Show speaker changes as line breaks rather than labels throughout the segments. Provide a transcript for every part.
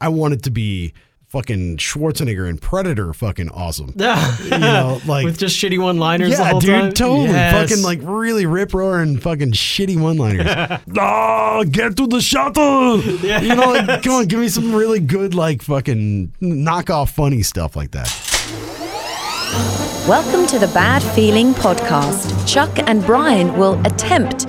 I want it to be fucking Schwarzenegger and Predator fucking awesome. You know, like
with just shitty one-liners. the
yeah,
whole
dude,
time?
totally
Yes.
fucking like really rip roaring fucking shitty one-liners. ah, get to the shuttle. You know, like come on, give me some really good like fucking knockoff funny stuff like that.
Welcome to the Bad Feeling Podcast. Chuck and Brian will attempt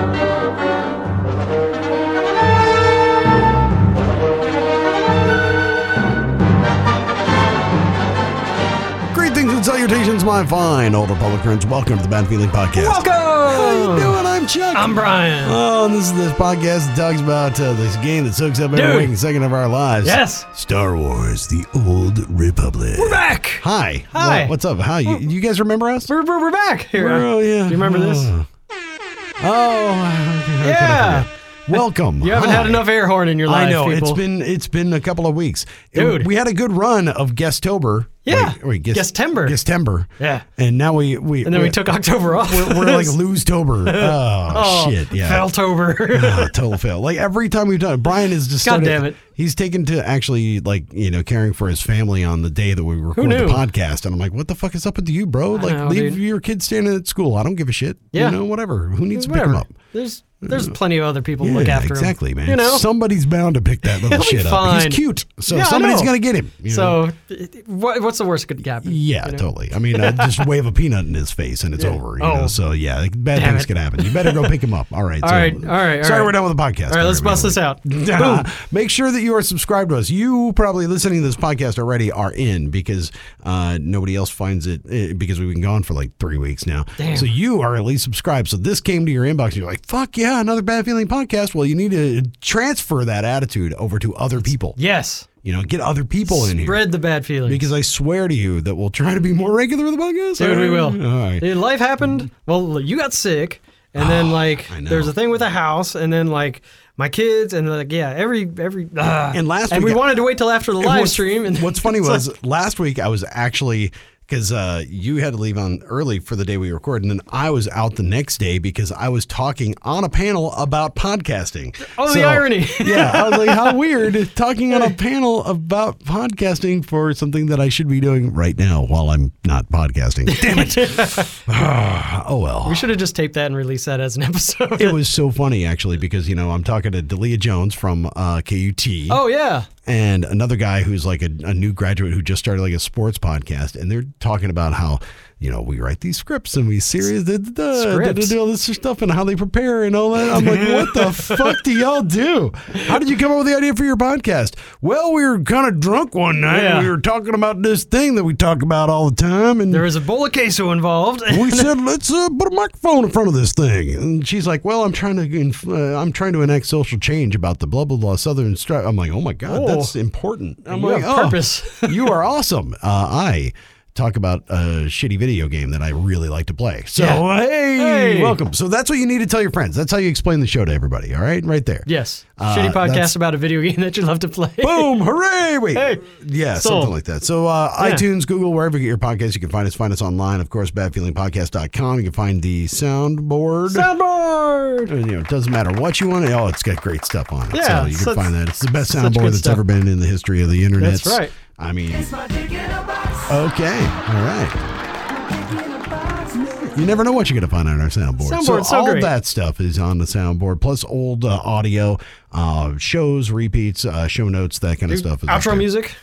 Greetings and salutations, my fine old Republicans. Welcome to the Bad Feeling Podcast. How you
Welcome.
doing? I'm Chuck.
I'm Brian.
Oh, and this is this podcast that talks about uh, this game that soaks up every
Dude.
waking second of our lives.
Yes.
Star Wars: The Old Republic.
We're back.
Hi.
Hi.
What- what's up? How you? You guys remember us?
We're, we're, we're back here.
Oh yeah.
Do you remember this?
Oh. Oh.
Yeah.
Welcome.
You haven't had
Hi.
enough air horn in your life.
I know
people.
it's been it's been a couple of weeks, And
Dude.
We had a good run of Guesttober.
Yeah.
wait, wait, Guest,
Guesttember.
Guesttember.
Yeah.
and now we we
and then we took October off.
we're, we're like lose tober. Oh,
Oh,
shit! Yeah,
Feltober.
Ah, total fail. Like every time we've done it, Brian is just
God
started-
damn it.
He's taken to actually like you know caring for his family on the day that we record the
knew?
podcast, and I'm like, what the fuck is up with you, bro? Like
know,
leave
dude.
your kids standing at school. I don't give a shit.
Yeah.
you know whatever. Who needs to pick
Whatever.
them up?
There's there's plenty of other people to
Yeah,
look after 'em.
exactly, man.
You know.
somebody's bound to pick that little
He'll be
shit up.
fine.
He's cute, so
Yeah, I
somebody's
know.
gonna get him. you know?
so it- it- what, what's the worst that could happen?
Yeah,
you know?
totally. I mean, I just wave a peanut in his face and it's over. You know?
Oh.
So, yeah, like, bad
Damn
things
it.
can happen. You better go pick him up. All right.
All
so,
right, all right, all
Sorry,
right.
we're done with the podcast.
All right, let's bust this out.
out. Make sure that you are subscribed to us. You probably listening to this podcast already are in because uh, nobody else finds it eh, because we've been gone for like three weeks now.
Damn.
So you are at least subscribed. So this came to your inbox. And you're like, fuck yeah, another bad feeling podcast. Well, you need to transfer that attitude over to other people.
Yes.
You know, get other people in here.
Spread the bad feeling.
Because I swear to you that we'll try to be more regular with the podcast.
Dude, we will.
All right. Ah,
Dude, life happened. Well, you got sick, and then like
I know.
there's a thing with a house, and then like my kids, and like yeah, every every. ah.
And last
and
week I-
we wanted to wait till after the live
What's-
stream. And
what's funny
it's
was
like,
last week I was actually because uh, you had to leave on early for the day we record, and then I was out the next day because I was talking on a panel about podcasting.
Oh, the irony.
yeah, I was like, how weird talking on a panel about podcasting for something that I should be doing right now while I'm not podcasting. Damn it! oh well.
we should have just taped that and released that as an episode.
it was so funny actually because you know I'm talking to Delia Jones from uh, KUT.
oh yeah,
and another guy who's like a, a new graduate who just started like a sports podcast, and they're talking about how you know we write these scripts and we series da, da, da, da, da,
Scripts.
do all this stuff and how they prepare and all that. I'm like, what the fuck do y'all do? How did you come up with the idea for your podcast? Well, we were kind of drunk one night.
Yeah.
And we were talking about this thing that we talk about all the time, and
there was a bowl of queso involved.
we said let's uh, put a microphone in front of this thing and she's like well i'm trying to inf- uh, i'm trying to enact social change about the blah blah blah southern strike i'm like oh my god
Oh.
that's important i'm
You
like
have
oh,
purpose.
you are awesome uh, i talk about a shitty video game that i really like to play so
Yeah.
hey,
Hey.
welcome so that's what you need to tell your friends that's how you explain the show to everybody all right right there
Yes,
Uh,
shitty
that's-
podcast about a video game that you love to play.
Boom! Hooray! Wait,
Hey.
yeah,
Sold.
something like that. So uh,
Yeah.
iTunes, Google, wherever you get your podcast, you can find us. Find us online, of course, badfeelingpodcast.com. You can find the soundboard.
Soundboard.
And, you know, it doesn't matter what you want. Oh, it's got great stuff on it.
Yeah,
so you
such-
can find that. It's the best
such
soundboard
good
that's
stuff.
ever been in the history of the internet.
That's right.
I mean, okay, all right. You never know what you're going to find on our soundboard.
Soundboard's
so
so
all
great.
that stuff is on the soundboard, plus old uh, audio, uh, shows, repeats, uh, show notes, that kind of stuff. is up
Outro
there.
music.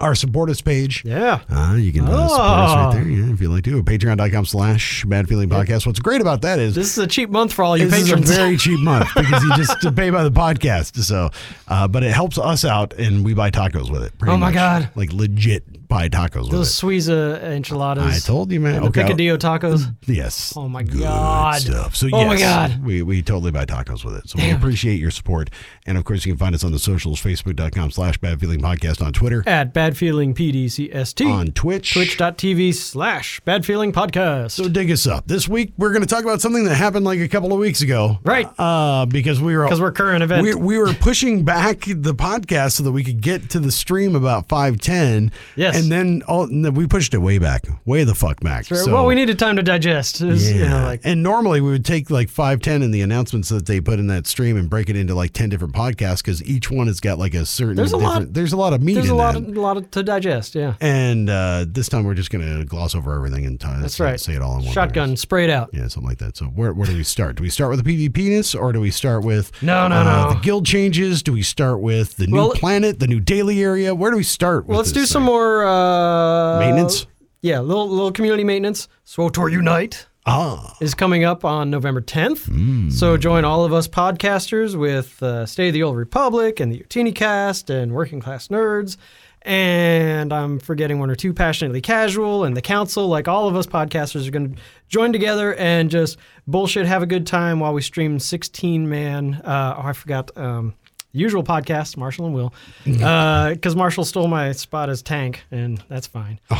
Our support us page.
Yeah.
Uh, you can uh, support us right
Oh.
there yeah, if you like to. Patreon.com slash bad feeling podcast. What's great about that is
This is a cheap month for all your
this
patrons.
is a very cheap month because you just pay by the podcast. So, uh, but it helps us out, and we buy tacos with it. pretty
Oh my
much.
God.
Like legit pie tacos with
Those
it.
Suiza enchiladas.
I told you, man.
And the
Okay.
picadillo tacos.
Yes.
Oh my
Good
God.
Stuff. So
Oh my
yes,
God.
we we totally buy tacos with it. So we
Damn.
appreciate your support, and of course you can find us on the socials: facebook.com slash bad feeling podcast on Twitter,
At Bad Feeling PDCST.
on Twitch.
Twitch.tv slash Bad Feeling Podcast.
So dig us up. This week we're going to talk about something that happened like a couple of weeks ago,
Right.
Uh, because we were
'Cause we're current event.
We, we were pushing back the podcast so that we could get to the stream about five ten.
Yes.
and then all, no, we pushed it way back, way the fuck back. So-
well, we needed time to digest. It was,
Yeah.
you know, like,
and normally we would take like five, ten in the announcements that they put in that stream and break it into like ten different podcasts because each one has got like a certain.
There's a lot-
different- There's a lot of meat
there's
in
a lot,
that.
of, lot of, to digest. Yeah.
and uh, this time we're just gonna gloss over everything and time.
That's right.
Say it all in one.
Shotgun, spray it out.
Yeah, something like that. So where, where do we start? Do we start with the PvP penis or do we start with uh,
No, no, no.
the guild changes? Do we start with the new
Well-
planet, the new daily area? Where do we start?
Well,
with
let's do
this
some
thing?
more uh,
Maintenance?
Yeah, little little community maintenance. SWOTOR Unite
Ah,
is coming up on November 10th. So join all of us podcasters with uh, State of the Old Republic and the Utini Cast and Working Class Nerds. And I'm forgetting one or two, Passionately Casual and The Council. Like all of us podcasters are going to join together and just bullshit, have a good time while we stream 16 man. Uh, oh, I forgot. Um, usual podcast, Marshall and Will, because Marshall stole my spot as tank, and that's fine.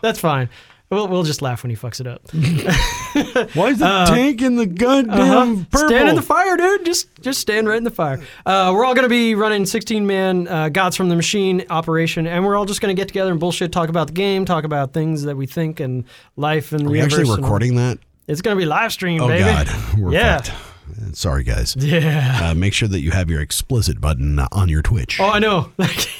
that's fine. We'll, we'll just laugh when he fucks it up.
why is the tank in the goddamn
Uh-huh.
purple?
Stand in the fire, dude. Just just stand right in the fire. Uh, we're all going to be running 16 man uh, Gods from the Machine operation, and we're all just going to get together and bullshit, talk about the game, talk about things that we think and life and
Are
the
we
universe
actually
and-
recording that?
It's going to be live stream,
Oh
baby.
God, we're
yeah.
fucked. Uh, Sorry, guys.
Yeah.
Uh, make sure that you have your explicit button on your Twitch
Oh, I know.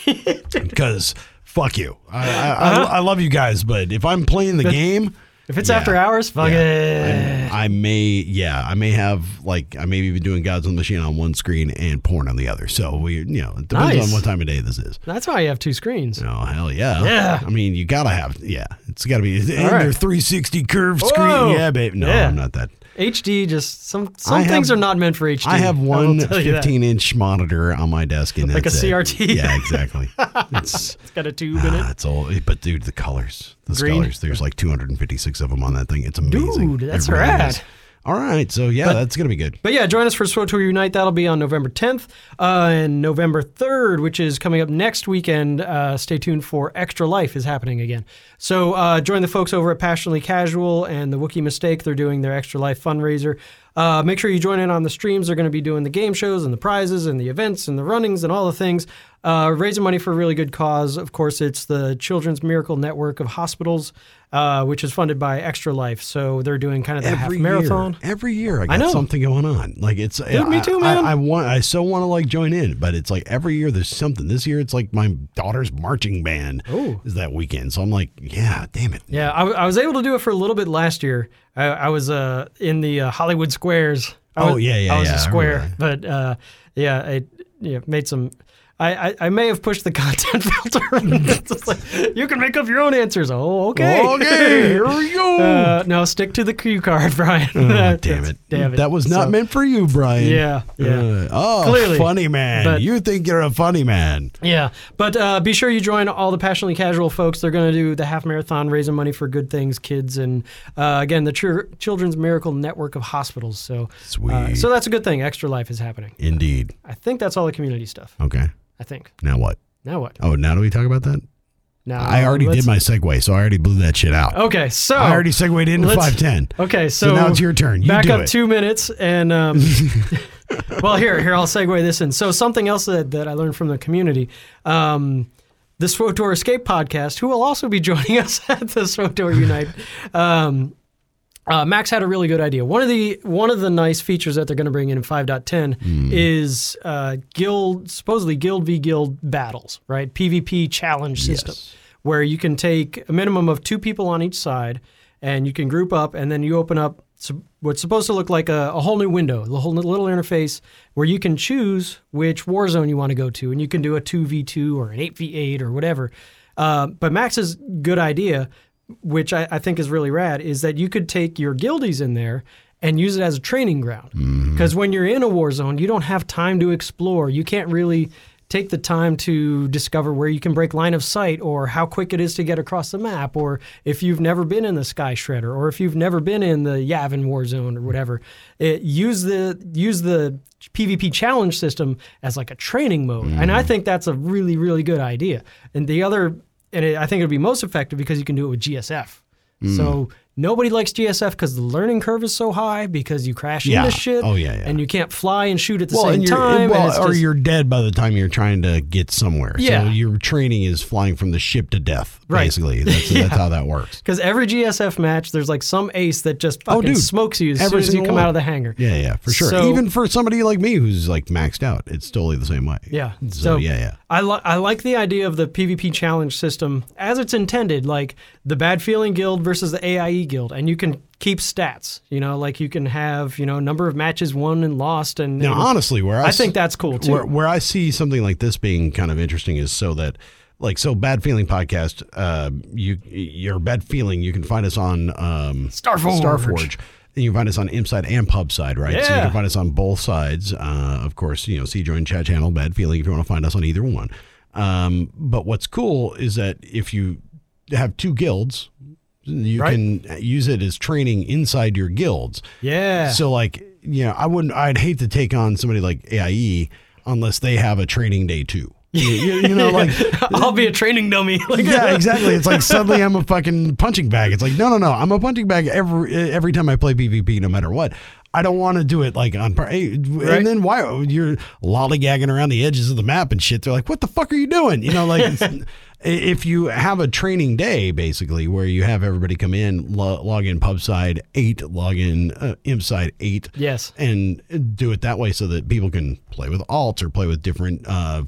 because fuck you. I, I, I, I love you guys, but if I'm playing the game,
Uh-huh. if uh, it's
Yeah.
after hours, fuck it.
Yeah. I, I may, yeah, I may have like I may be doing Gods on the Machine on one screen and porn on the other. So we, you know, it depends
Nice.
on what time of day this is.
That's why you have two screens.
Oh hell yeah!
Yeah.
I mean, you gotta have, yeah, it's gotta be and
right.
your 360 curve screen. Yeah, babe. No,
Yeah.
I'm not that.
HD just some some
have-
things are not meant for HD.
I have
I will
one
tell you that.
15 inch monitor on my desk, and
Like a
that's it.
CRT.
Yeah, exactly. it's
It's got a tube in
ah,
it.
it's all, but dude, the colors, the
Green.
colors. There's like 256 of them on that thing. It's amazing.
Dude, that's
It really
rad.
is. All right, so yeah, that's gonna be good.
But yeah, join us for SWOTOR Unite. That'll be on November 10th uh, and November 3rd, which is coming up next weekend. Uh, stay tuned for Extra Life is happening again. So uh, join the folks over at Passionately Casual and the Wookiee Mistake. They're doing their Extra Life fundraiser. Uh, make sure you join in on the streams. They're going to be doing the game shows and the prizes and the events and the runnings and all the things. Uh, raising money for a really good cause. Of course, it's the Children's Miracle Network of Hospitals, uh, which is funded by Extra Life. So they're doing kind of the half marathon.
Year, every year I got
know.
something going on. Like it's Dude,
me too, man.
I, want I so want to like join in, but it's like every year there's something. This year it's like my daughter's marching band
Oh.
is that weekend. So I'm like, yeah, damn it.
Yeah, I, I was able to do it for a little bit last year. I, I was uh, in the uh, Hollywood Squares. I
Oh,
was-
yeah, yeah,
I was
yeah,
a
I
square,
remember
but uh, yeah, I yeah, made some. I, I, I may have pushed the content filter. It's just like, you can make up your own answers. Oh, okay.
Okay, here we go.
Uh, no, stick to the cue card, Brian.
Oh, damn it.
Damn it.
That was not
So,
meant for you, Brian.
Yeah, yeah.
Uh, oh,
Clearly.
funny man.
But-
you think you're a funny man.
Yeah, but uh, be sure you join all the passionately casual folks. They're going to do the half marathon, raising money for good things, kids, and uh, again the Chir- Children's Miracle Network of hospitals. So, uh,
Sweet.
so that's a good thing. Extra life is happening.
Indeed.
I think that's all the community stuff.
Okay.
I think.
Now what?
Now what?
Oh, now do we talk about that?
Now
I already
let's-
did my segue, so I already blew that shit out.
Okay, so
I already segued into
let's- Oh,
510.
Okay, so,
So now it's your turn. You
back
do
up
it.
two minutes, and um, well, here, here, I'll segue this in. So something else that, that I learned from the community. Um, the SWOTOR Escape podcast, who will also be joining us at the SWOTOR Unite um, uh, Max had a really good idea. One of the one of the nice features that they're going to bring in in 5.10 is uh, guild supposedly guild v guild battles, right? PvP challenge system where you can take a minimum of two people on each side and you can group up and then you open up su- what's supposed to look like a, a whole new window, the whole little interface where you can choose which war zone you want to go to and you can do a 2v2 or an 8v8 or whatever. Uh, but Max's good idea which I, I think is really rad, is that you could take your guildies in there and use it as a training ground. Because when you're in a war zone, you don't have time to explore. You can't really take the time to discover where you can break line of sight or how quick it is to get across the map or if you've never been in the sky shredder or if you've never been in the yavin war zone or whatever it, use the use the pvp challenge system as like a training mode and i think that's a really really good idea and the other and it, i think it'd be most effective because you can do it with gsf
Hmm.
so nobody likes gsf because the learning curve is so high because you crash
Yeah.
into shit
Oh, yeah, yeah.
and you can't fly and shoot at the
Well,
same
and you're,
time and
well
it's
or
just-
you're dead by the time you're trying to get somewhere. So
Yeah.
your training is flying from the ship to death,
Right.
basically. That's, that's how that works.
Because every GSF match, there's like some ace that just
Oh,
fucking
dude.
smokes you as
Every
soon as you
single
come
one.
out of the hangar.
Yeah, yeah, for sure.
So-
Even for somebody like me who's like maxed out, it's totally the same way.
Yeah.
So,
So,
yeah, yeah.
I, li- I like the idea of the PvP challenge system as it's intended, like the Bad Feeling Guild versus the AIE Guild, and you can keep stats. You know, like you can have you know number of matches won and lost, and
Now,
and-
honestly, where I,
I
s-
think that's cool too.
where, where I see something like this being kind of interesting is so that like so bad feeling podcast uh you your bad feeling you can find us on um
Starforge.
Starforge and you can find us on Inside and Pub side right so you
Yeah.
can find us on both sides uh of course you know see join chat channel bad feeling if you want to find us on either one um but what's cool is that if you have two guilds you
Right.
can use it as training inside your guilds
yeah.
so like, you know, I wouldn't. I'd hate to take on somebody like AIE unless they have a training day too. You, you- you know, like
I'll be a training dummy. like,
yeah, exactly. It's like suddenly I'm a fucking punching bag. It's like no, no, no. I'm a punching bag every every time I play PvP, no matter what. I don't want to do it like on. par- hey,
Right.
And then why you're lollygagging around the edges of the map and shit? They're like, what the fuck are you doing? You know, like. it's- If you have a training day, basically, where you have everybody come in, lo- log in pub side eight, log in uh, imp side eight,
Yes.
and do it that way so that people can play with alts or play with different uh,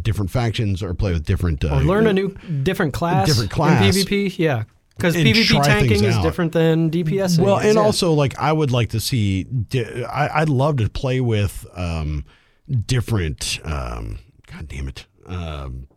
different factions or play with different uh,
Or learn a new different class.
different class.
In PvP, yeah. Because
And
PvP
try things
tanking is
out.
different than DPS.
Well,
is,
and
yeah.
also like I would like to see. Di- I, I'd love to play with um, different. Um, God damn it! Um,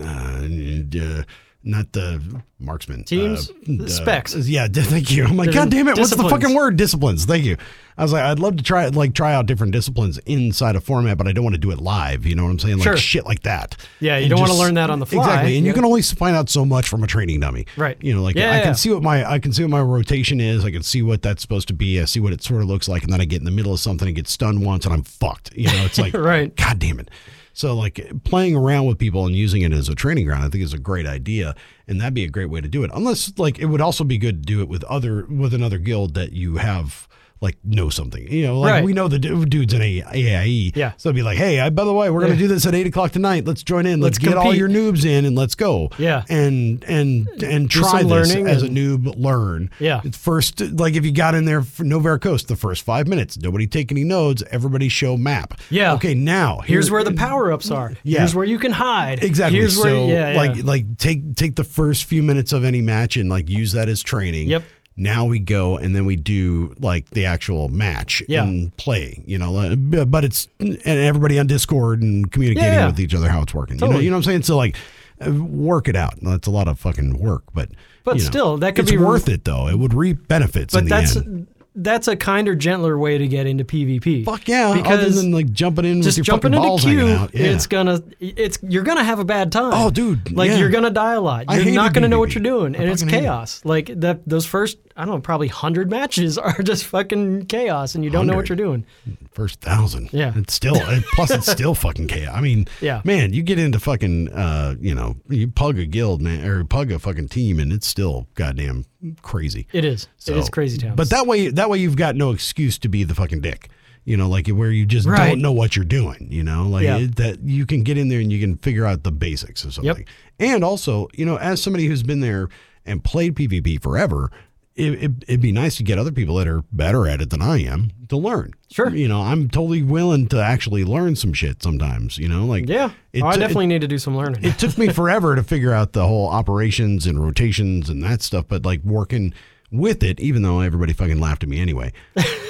uh, and, uh, not the marksman
Teams?
uh,
Specs.
uh, yeah, d- thank you. I'm like,
Different
God damn it! What's the
disciplines.
fucking word? Disciplines. Thank you. I was like, I'd love to try like try out different disciplines inside a format, but I don't want to do it live. You know what I'm saying? Like
Sure.
shit like that.
Yeah, you
And
don't wanna learn that on the fly.
Exactly, and
Yeah.
you can only find out so much from a training dummy.
Right.
You know, like
Yeah,
I
yeah.
can see what my I can see what my rotation is. I can see what that's supposed to be. I see what it sort of looks like, and then I get in the middle of something and get stunned once, and I'm fucked. You know, it's like
Right.
God damn it. So like playing around with people and using it as a training ground, I think is a great idea, and that'd be a great way to do it. Unless like it would also be good to do it with other with another guild that you have like know something. You know, like
Right.
we know the du- dudes in a- AIE.
Yeah.
So it'd be like, hey, I, by the way, we're gonna do this at eight o'clock tonight. Let's join in. Let's,
Let's
get all
compete.
your noobs in and let's go.
Yeah.
And and and try
some
this
learning
as a
and-
noob learn.
Yeah.
It's First, like if you got in there for no Coast, the first five minutes, nobody take any nodes. Everybody show map.
Yeah.
Okay. Now
Here's where the power ups are.
Yeah.
Here's where you can hide.
Exactly.
Here's where,
so
yeah, yeah.
like like take take the first few minutes of any match and like use that as training.
Yep.
Now we go and then we do like the actual match
Yeah.
and play, you know, like, b- but it's and everybody on Discord and communicating
Yeah.
with each other how it's working. You know,
Totally.
you know what I'm saying? So like uh, work it out. Now, That's a lot of fucking work, but
But
you know,
still, that could
it's
be re-
worth it though. It would reap benefits in
but
the
that's
end.
that's a kinder, gentler way to get into PvP.
Fuck yeah! other
Because
than like jumping in
just
with your
jumping
fucking
into
balls
queue,
hanging out. Yeah.
it's gonna it's you're gonna have a bad time.
Oh, dude,
Like
yeah.
you're gonna die a lot.
I
You're
hated
not gonna know what
BBB.
you're doing,
I
and it's
fucking hated it.
chaos. Like that those first I don't know probably hundred matches are just fucking chaos, and you don't know what
100.
you're doing.
first thousand.
Yeah.
It's still, and plus it's still fucking chaos. I mean,
Yeah.
man, you get into fucking, uh, you know, you pug a guild, man, or pug a fucking team, and it's still goddamn crazy.
It is. it is crazy town.
But that way, that way you've got no excuse to be the fucking dick. You know, like where you just
Right.
don't know what you're doing. You know, like
Yeah.
it, that you can get in there and you can figure out the basics of something. And also, you know, as somebody who's been there and played PvP forever, it, it, it'd be nice to get other people that are better at it than I am to learn.
Sure.
You know, I'm totally willing to actually learn some shit sometimes. You know, like
yeah,
it
oh, I
t- it-
definitely need to do some learning.
it took me forever to figure out the whole operations and rotations and that stuff but like working with it, even though everybody fucking laughed at me anyway.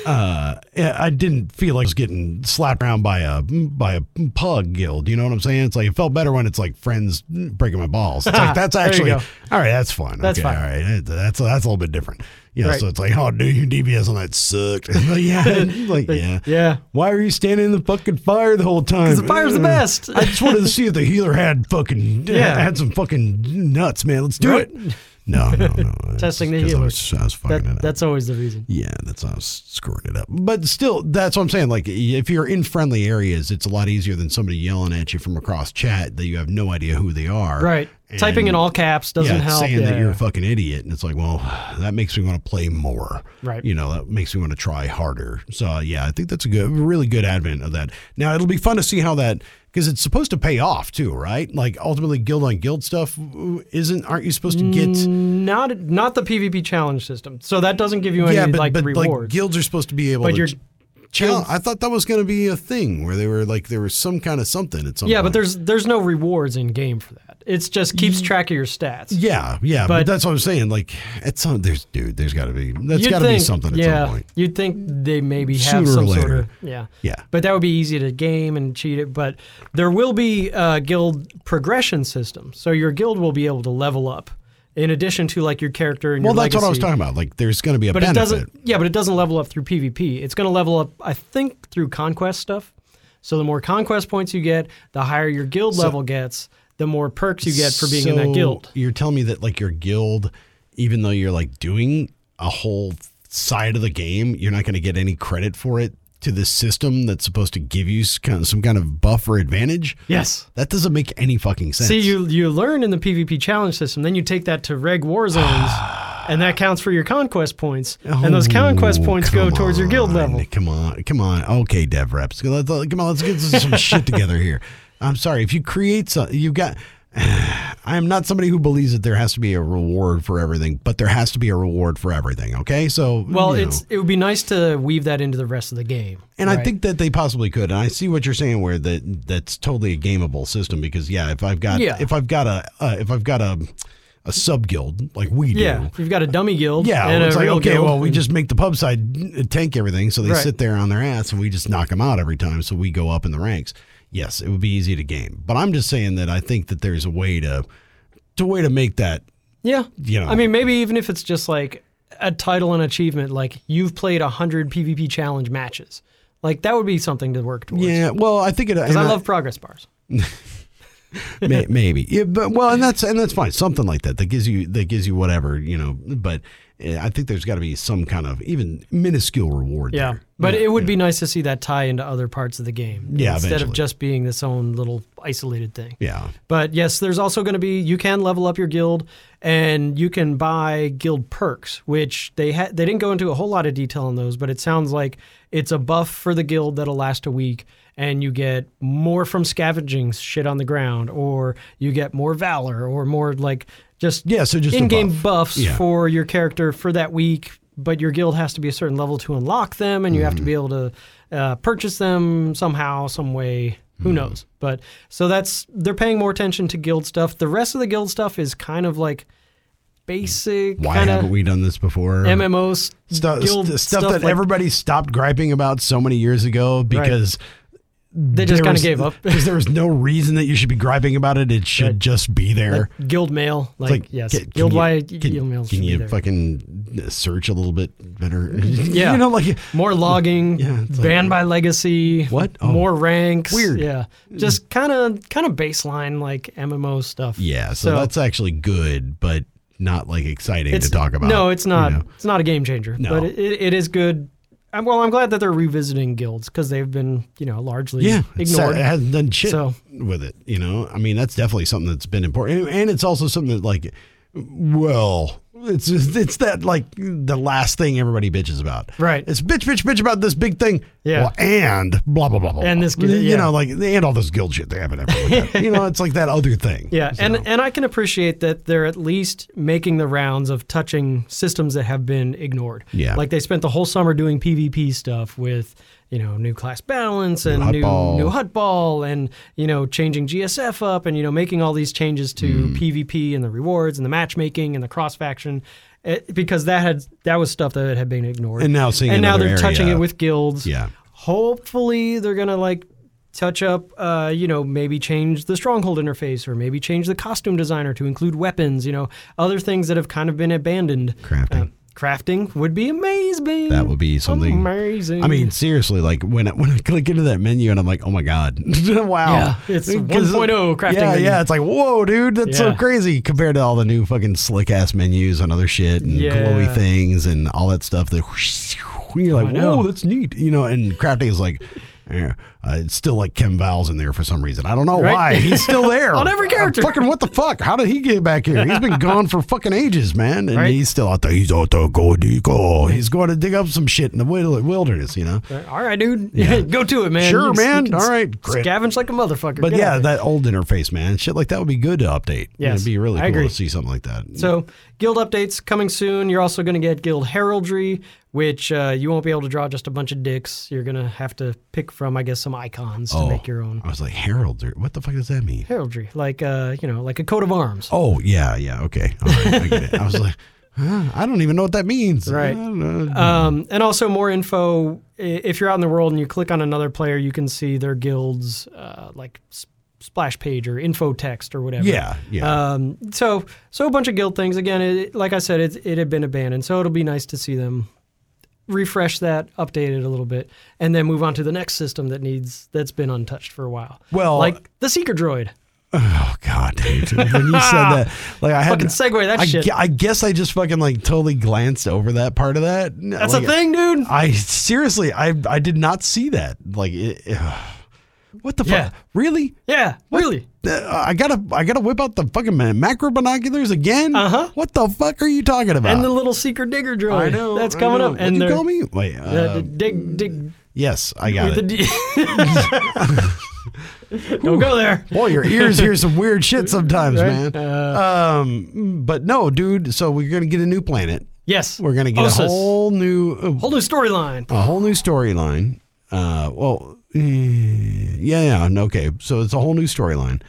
uh, yeah, I didn't feel like I was getting slapped around by a by a pug guild. You know what I'm saying? It's like it felt better when it's like friends breaking my balls. It's like that's
There you
actually
go.
all right. That's fun.
That's
okay,
fine.
All right, That- that's that's a little bit different. You know,
Right.
so it's like, oh, dude, your DBS on that sucked. Like, yeah, like yeah,
yeah.
Why were you standing in the fucking fire the whole time?
'Cause the fire's the
Uh,
best.
I just wanted to see if the healer had fucking
Yeah.
yeah. had some fucking nuts, man. Let's do
Right.
it. No, no, no. It's
Testing the
just 'cause
healer.
I was, I was fucking it
That,
up.
that's always the reason.
Yeah, that's how I was screwing it up. But still, that's what I'm saying. Like, if you're in friendly areas, it's a lot easier than somebody yelling at you from across chat that you have no idea who they are.
Right.
And-
Typing in all caps doesn't
yeah,
help.
saying
yeah.
that you're a fucking idiot, and it's like, well, that makes me want to play more.
Right.
You know, that makes me want to try harder. So yeah, I think that's a good, really good advent of that. Now it'll be fun to see how that because it's supposed to pay off too, right? Like ultimately, guild on guild stuff uh, isn't. Aren't you supposed to get?
Mm, not not the PvP challenge system. So that doesn't give you any
yeah, but
like
but like
rewards.
guilds are supposed to be able
but
to.
you're
challenge. I thought that was going to be a thing where they were like there was some kind of something at some.
yeah, but
point.
there's there's no rewards in game for that. It's just keeps track of your stats.
Yeah, yeah, but,
but-
that's what I'm saying. Like at some, there's dude, there's got to be that's
You'd
got to be
think-
something at
yeah,
some point.
You'd think they maybe have
Sooner or
some sort
later.
of yeah.
Yeah.
But that would be easy to game and cheat it. But there will be a guild progression system, so your guild will be able to level up in addition to like your character and
Well,
your
that's what I was
legacy.
talking about. Like, there's going to be a
But it
benefit.
doesn't. Yeah, but it doesn't level up through PvP. It's going to level up, I think, through conquest stuff. So the more conquest points you get, the higher your guild level gets, the more perks you get for being in that
So
guild.
You're telling me that like your guild, even though you're like doing a whole side of the game, you're not going to get any credit for it to this system that's supposed to give you s- kind of- some kind of buff or advantage.
Yes.
That doesn't make any fucking sense.
See, you you learn in the PvP challenge system, then you take that to reg war zones, and that counts for your conquest points, and those conquest
Oh,
points go
come
towards your guild
on.
level.
Come on, come on. Okay, dev reps. Let's- let's- Come on, let's get some shit together here. I'm sorry if you create some. You got. I am not somebody who believes that there has to be a reward for everything, but there has to be a reward for everything. Okay, so
Well,
you
it's
know.
it would be nice to weave that into the rest of the game.
and I
right?
think that they possibly could. And I see what you're saying, where that that's totally a gameable system because yeah, if I've got
Yeah.
if I've got a uh, if I've got a a sub guild like we do,
yeah, you've got a dummy guild.
yeah,
and
it's
a
like
real
okay,
guild,
well, we
and-
just make the pub side tank everything, so they
Right.
sit there on their ass, and we just knock them out every time, so we go up in the ranks. Yes, it would be easy to game, but I'm just saying that I think that there's a way to, to way to make that.
yeah.
you know.
I mean, maybe even if it's just like a title and achievement, like you've played hundred PvP challenge matches, like that would be something to work towards.
Yeah, well, I think it.
because I love progress bars.
May, maybe, yeah, but well, and that's and that's fine. Something like that that gives you that gives you whatever you know. But eh, I think there's got to be some kind of even minuscule reward.
Yeah,
there.
but it would be nice to see that tie into other parts of the game.
Yeah,
instead
eventually.
of just being this own little isolated thing.
yeah,
But yes, there's also going to be you can level up your guild, and you can buy guild perks, which they had they didn't go into a whole lot of detail on those, but it sounds like it's a buff for the guild that'll last a week, and you get more from scavenging shit on the ground, or you get more valor, or more like just
yeah. So just a
in-game
buff.
buffs
Yeah.
for your character for that week, but your guild has to be a certain level to unlock them, and you
Mm-hmm.
have to be able to uh, purchase them somehow, some way.
Mm-hmm.
Who knows? But so that's they're paying more attention to guild stuff. The rest of the guild stuff is kind of like basic
Why
kind
haven't
of
we done this before?
MMOs
stuff,
guild
st- stuff, that
like,
everybody stopped griping about so many years ago because
they just
there
kind
was-
of gave up.
because there was no reason that you should be griping about it. It should
Right.
just be there.
guild mail, like,
It's
yes,
can- can
guild
you-
wide
can,
guild mail. should
Can
be
you
there.
fucking search a little bit better?
Yeah.
you know, like
more logging,
Yeah, it's like-
banned by legacy,
What? Oh.
more ranks,
Weird. Mm.
yeah, just kind of kind of baseline like MMO stuff.
yeah. So, that's actually good, but not like exciting to talk about.
No, it's
you
not.
know?
It's not a game changer,
No.
but it, it is good. I'm, well, I'm glad that they're revisiting guilds because they've been you know largely
Yeah, it's sad.
ignored.
It hasn't done shit
So-
with it. You know, I mean, that's definitely something that's been important, and, and it's also something that like, well, it's just, it's that like the last thing everybody bitches about.
Right.
It's bitch, bitch, bitch about this big thing.
Yeah.
Well, and blah blah blah blah.
And
blah.
this guild-
you
yeah.
know, like and all this guild shit they haven't ever. looked at. you know, it's like that other thing.
Yeah,
So,
and and I can appreciate that they're at least making the rounds of touching systems that have been ignored.
Yeah.
like they spent the whole summer doing PvP stuff with you know new class balance and
hut
new
ball.
new hut ball and you know changing GSF
Mm.
up and you know making all these changes to PvP and the rewards and the matchmaking and the cross faction. It, because that had that was stuff that had been ignored.
And now seeing
and now
another
they're touching
area.
it with guilds.
Yeah.
Hopefully they're gonna like touch up. Uh, you know, maybe change the stronghold interface or maybe change the costume designer to include weapons. You know, other things that have kind of been abandoned. Uh,
Crafting.
crafting would be amazing.
That would be something
amazing.
I mean, seriously, like when I, when I click into that menu and I'm like, oh my god, wow,
Yeah, it's
'Cause-
1.0 crafting
Yeah,
menu.
yeah, it's like whoa, dude, that's so
Yeah.
crazy compared to all the new fucking slick ass menus and other shit and glowy
Yeah.
things and all that stuff. That you're like,
Oh, know.
whoa, that's neat, you know. And crafting is like. eh, uh, it's still like Kim Val's in there for some reason. I don't know
Right?
why. He's still there
On every
Uh,
character.
fucking what the fuck? How did he get back here? He's been gone for fucking ages, man. And
Right.
he's still out there. He's out there. Go, dig- go. He's going to dig up some shit in the wil- wilderness, you know.
Uh, all right, dude, go to it, man.
Sure,
You
man.
s-
All right, great.
scavenge like a motherfucker.
But
Get out
yeah,
there.
that old interface, man, shit like that would be good to update. Yeah,
Yes,
it'd be really
I
cool
agree.
to see something like that.
So guild updates coming soon. You're also going to get guild heraldry, which uh, you won't be able to draw just a bunch of dicks. You're going to have to pick from, I guess, some icons to make your own
Oh, I was like, Harold, dude, what the fuck does that mean?
heraldry, like uh, you know, like a coat of arms.
Oh yeah, yeah, okay, all right, I get it. I was like, huh, I don't even know what that means.
Right.
I don't know.
Um, and also more info. i- If you're out in the world and you click on another player, you can see their guild's uh, like s- splash page or info text or whatever.
yeah, yeah.
Um, so so a bunch of guild things. Again, it, like I said, it, it had been abandoned, so it'll be nice to see them refresh that, update it a little bit, and then move on to the next system that needs that's been untouched for a while.
Well-
like the Seeker Droid.
oh god, dude. when you said that, like I had
Fucking segue that
I,
shit.
gu- I guess I just fucking like totally glanced over that part of that.
That's a thing, dude.
I seriously, I I did not see that. Like, it, what the
Yeah.
fuck? Really?
yeah, really.
Uh, I gotta, I gotta whip out the fucking ma- macro binoculars again. Uh huh. What the fuck are you talking about?
Uh-huh. And the little Seeker Digger Droid.
I know
that's
I
coming
know.
up.
What'd
And
you
they're-
call me? Wait.
the,
Uh,
the dig dig.
yes, I got
the
it.
di- Don't go there.
Boy, your ears hear some weird shit sometimes, man.
Uh.
um, but no, dude. So we're gonna get a new planet.
Yes,
We're gonna get
Osis.
a whole new,
whole new storyline.
a whole new storyline. Uh, well, eh, yeah, yeah, okay. So it's a whole new storyline,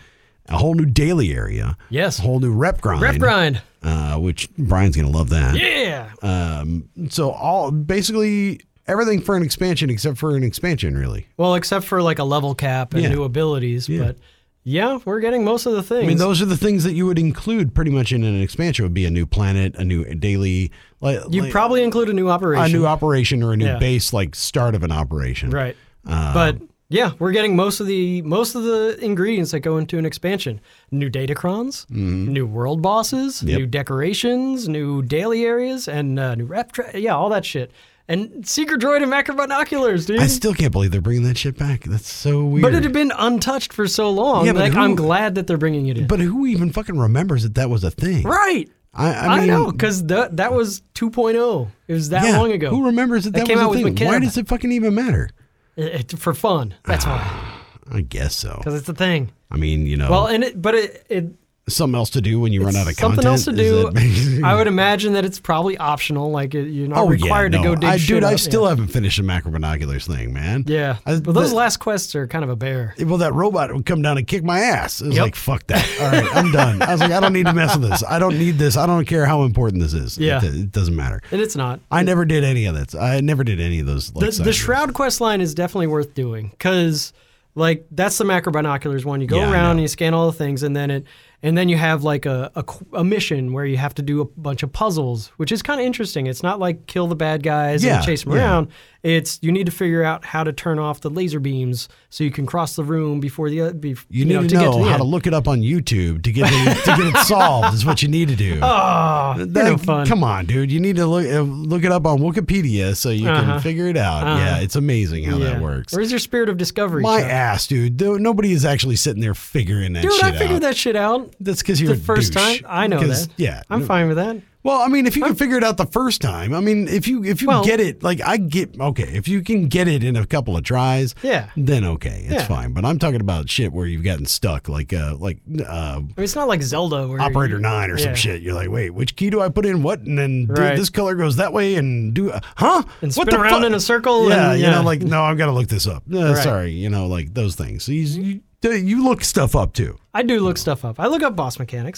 a whole new daily area,
Yes,
a whole new rep grind,
rep grind.
uh, which Brian's gonna love that.
Yeah,
Um, so all basically everything for an expansion except for an expansion, really.
Well, except for like a level cap and
Yeah.
new abilities,
Yeah.
but yeah, we're getting most of the things.
I mean, those are the things that you would include pretty much in an expansion. Would be a new planet, a new daily, like,
you
like
probably include a new
a
operation,
new operation or a new
Yeah.
base, like start of an operation.
right? but
Um,
yeah, we're getting most of the most of the ingredients that go into an expansion: new datacrons,
Mm-hmm.
new world bosses, new decorations, new daily areas, and uh, new rep. Tra- yeah, all that shit. And seeker droid and macro binoculars, dude.
I still can't believe they're bringing that shit back. That's so weird.
but it had been untouched for so long.
Yeah, but
like, I'm
who-
glad that they're bringing it in.
But who even fucking remembers that that was a thing?
right.
I, I,
I,
mean,
know, because that that was 2.0. It was that
yeah,
long ago.
Who remembers that
That
that,
came
was a
out with
thing?
McKenna.
Why does it fucking even matter?
It- it- for fun. That's
Ah.
why,
I guess so.
because it's the thing.
I mean, you know,
Well, and it, but it, it
something else to do when you run out of
something
content.
else to
Is
do.
that basically- Oh,
I would imagine that it's probably optional. Like it, you're not required to go dig
I,
shit
Dude, I
up.
still haven't finished the macro binoculars thing, man.
Yeah.
I,
well, those
that-
last quests are kind of a bear.
well, that robot would come down and kick my ass. It was
Yep.
like, fuck that. All right, I'm done. I was like, I don't need to mess with this. I don't need this. I don't care how important this is.
Yeah.
It, it doesn't matter.
And it's not.
I never did any of that. I never did any of those. Like,
The,
side
the
things.
Shroud quest line is definitely worth doing because, like, that's the macro binoculars one. You go
Yeah, I
around
know.
and you scan all the things, and then it, and then you have like a, a qu- a mission where you have to do a bunch of puzzles, which is kind of interesting. It's not like kill the bad guys
Yeah,
and chase them
yeah.
around. It's you need to figure out how to turn off the laser beams so you can cross the room before the be, you,
You need
know,
to,
to get
know
to the
how
end.
to look it up on YouTube to get it, to get it solved. Is what you need to do.
Ah, you're
That-
no fun.
Come on, dude. You need to look uh, look it up on Wikipedia so you
Uh-huh.
can figure it out. Yeah, it's amazing how
Yeah.
that works.
Where's your spirit of discovery?
My
Chuck?
ass, dude. There- Nobody is actually sitting there figuring that
Dude,
shit
I figured
out.
that shit out
That's because you're
the
a
first
douche.
time. I know
'Cause-
that.
Yeah,
I'm
no-
fine with that.
Well, I mean, if you can figure it out the first time, I mean, if you if you
Well-
get it, like I get okay, if you can get it in a couple of tries,
Yeah.
then okay, it's
Yeah.
fine. But I'm talking about shit where you've gotten stuck, like uh, like uh,
I mean, it's not like Zelda where
operator
you-
nine or
yeah.
some shit. You're like, wait, which key do I put in what? And then do-
Right.
this color goes that way, and do uh, huh?
and
What
spin
the
around
fuck?
in a circle.
Yeah,
and,
you know, like no, I've got to look this up. Uh,
Right.
Sorry, you know, like those things. You, you, you look stuff up too.
I do look stuff up. I look up boss mechanics. I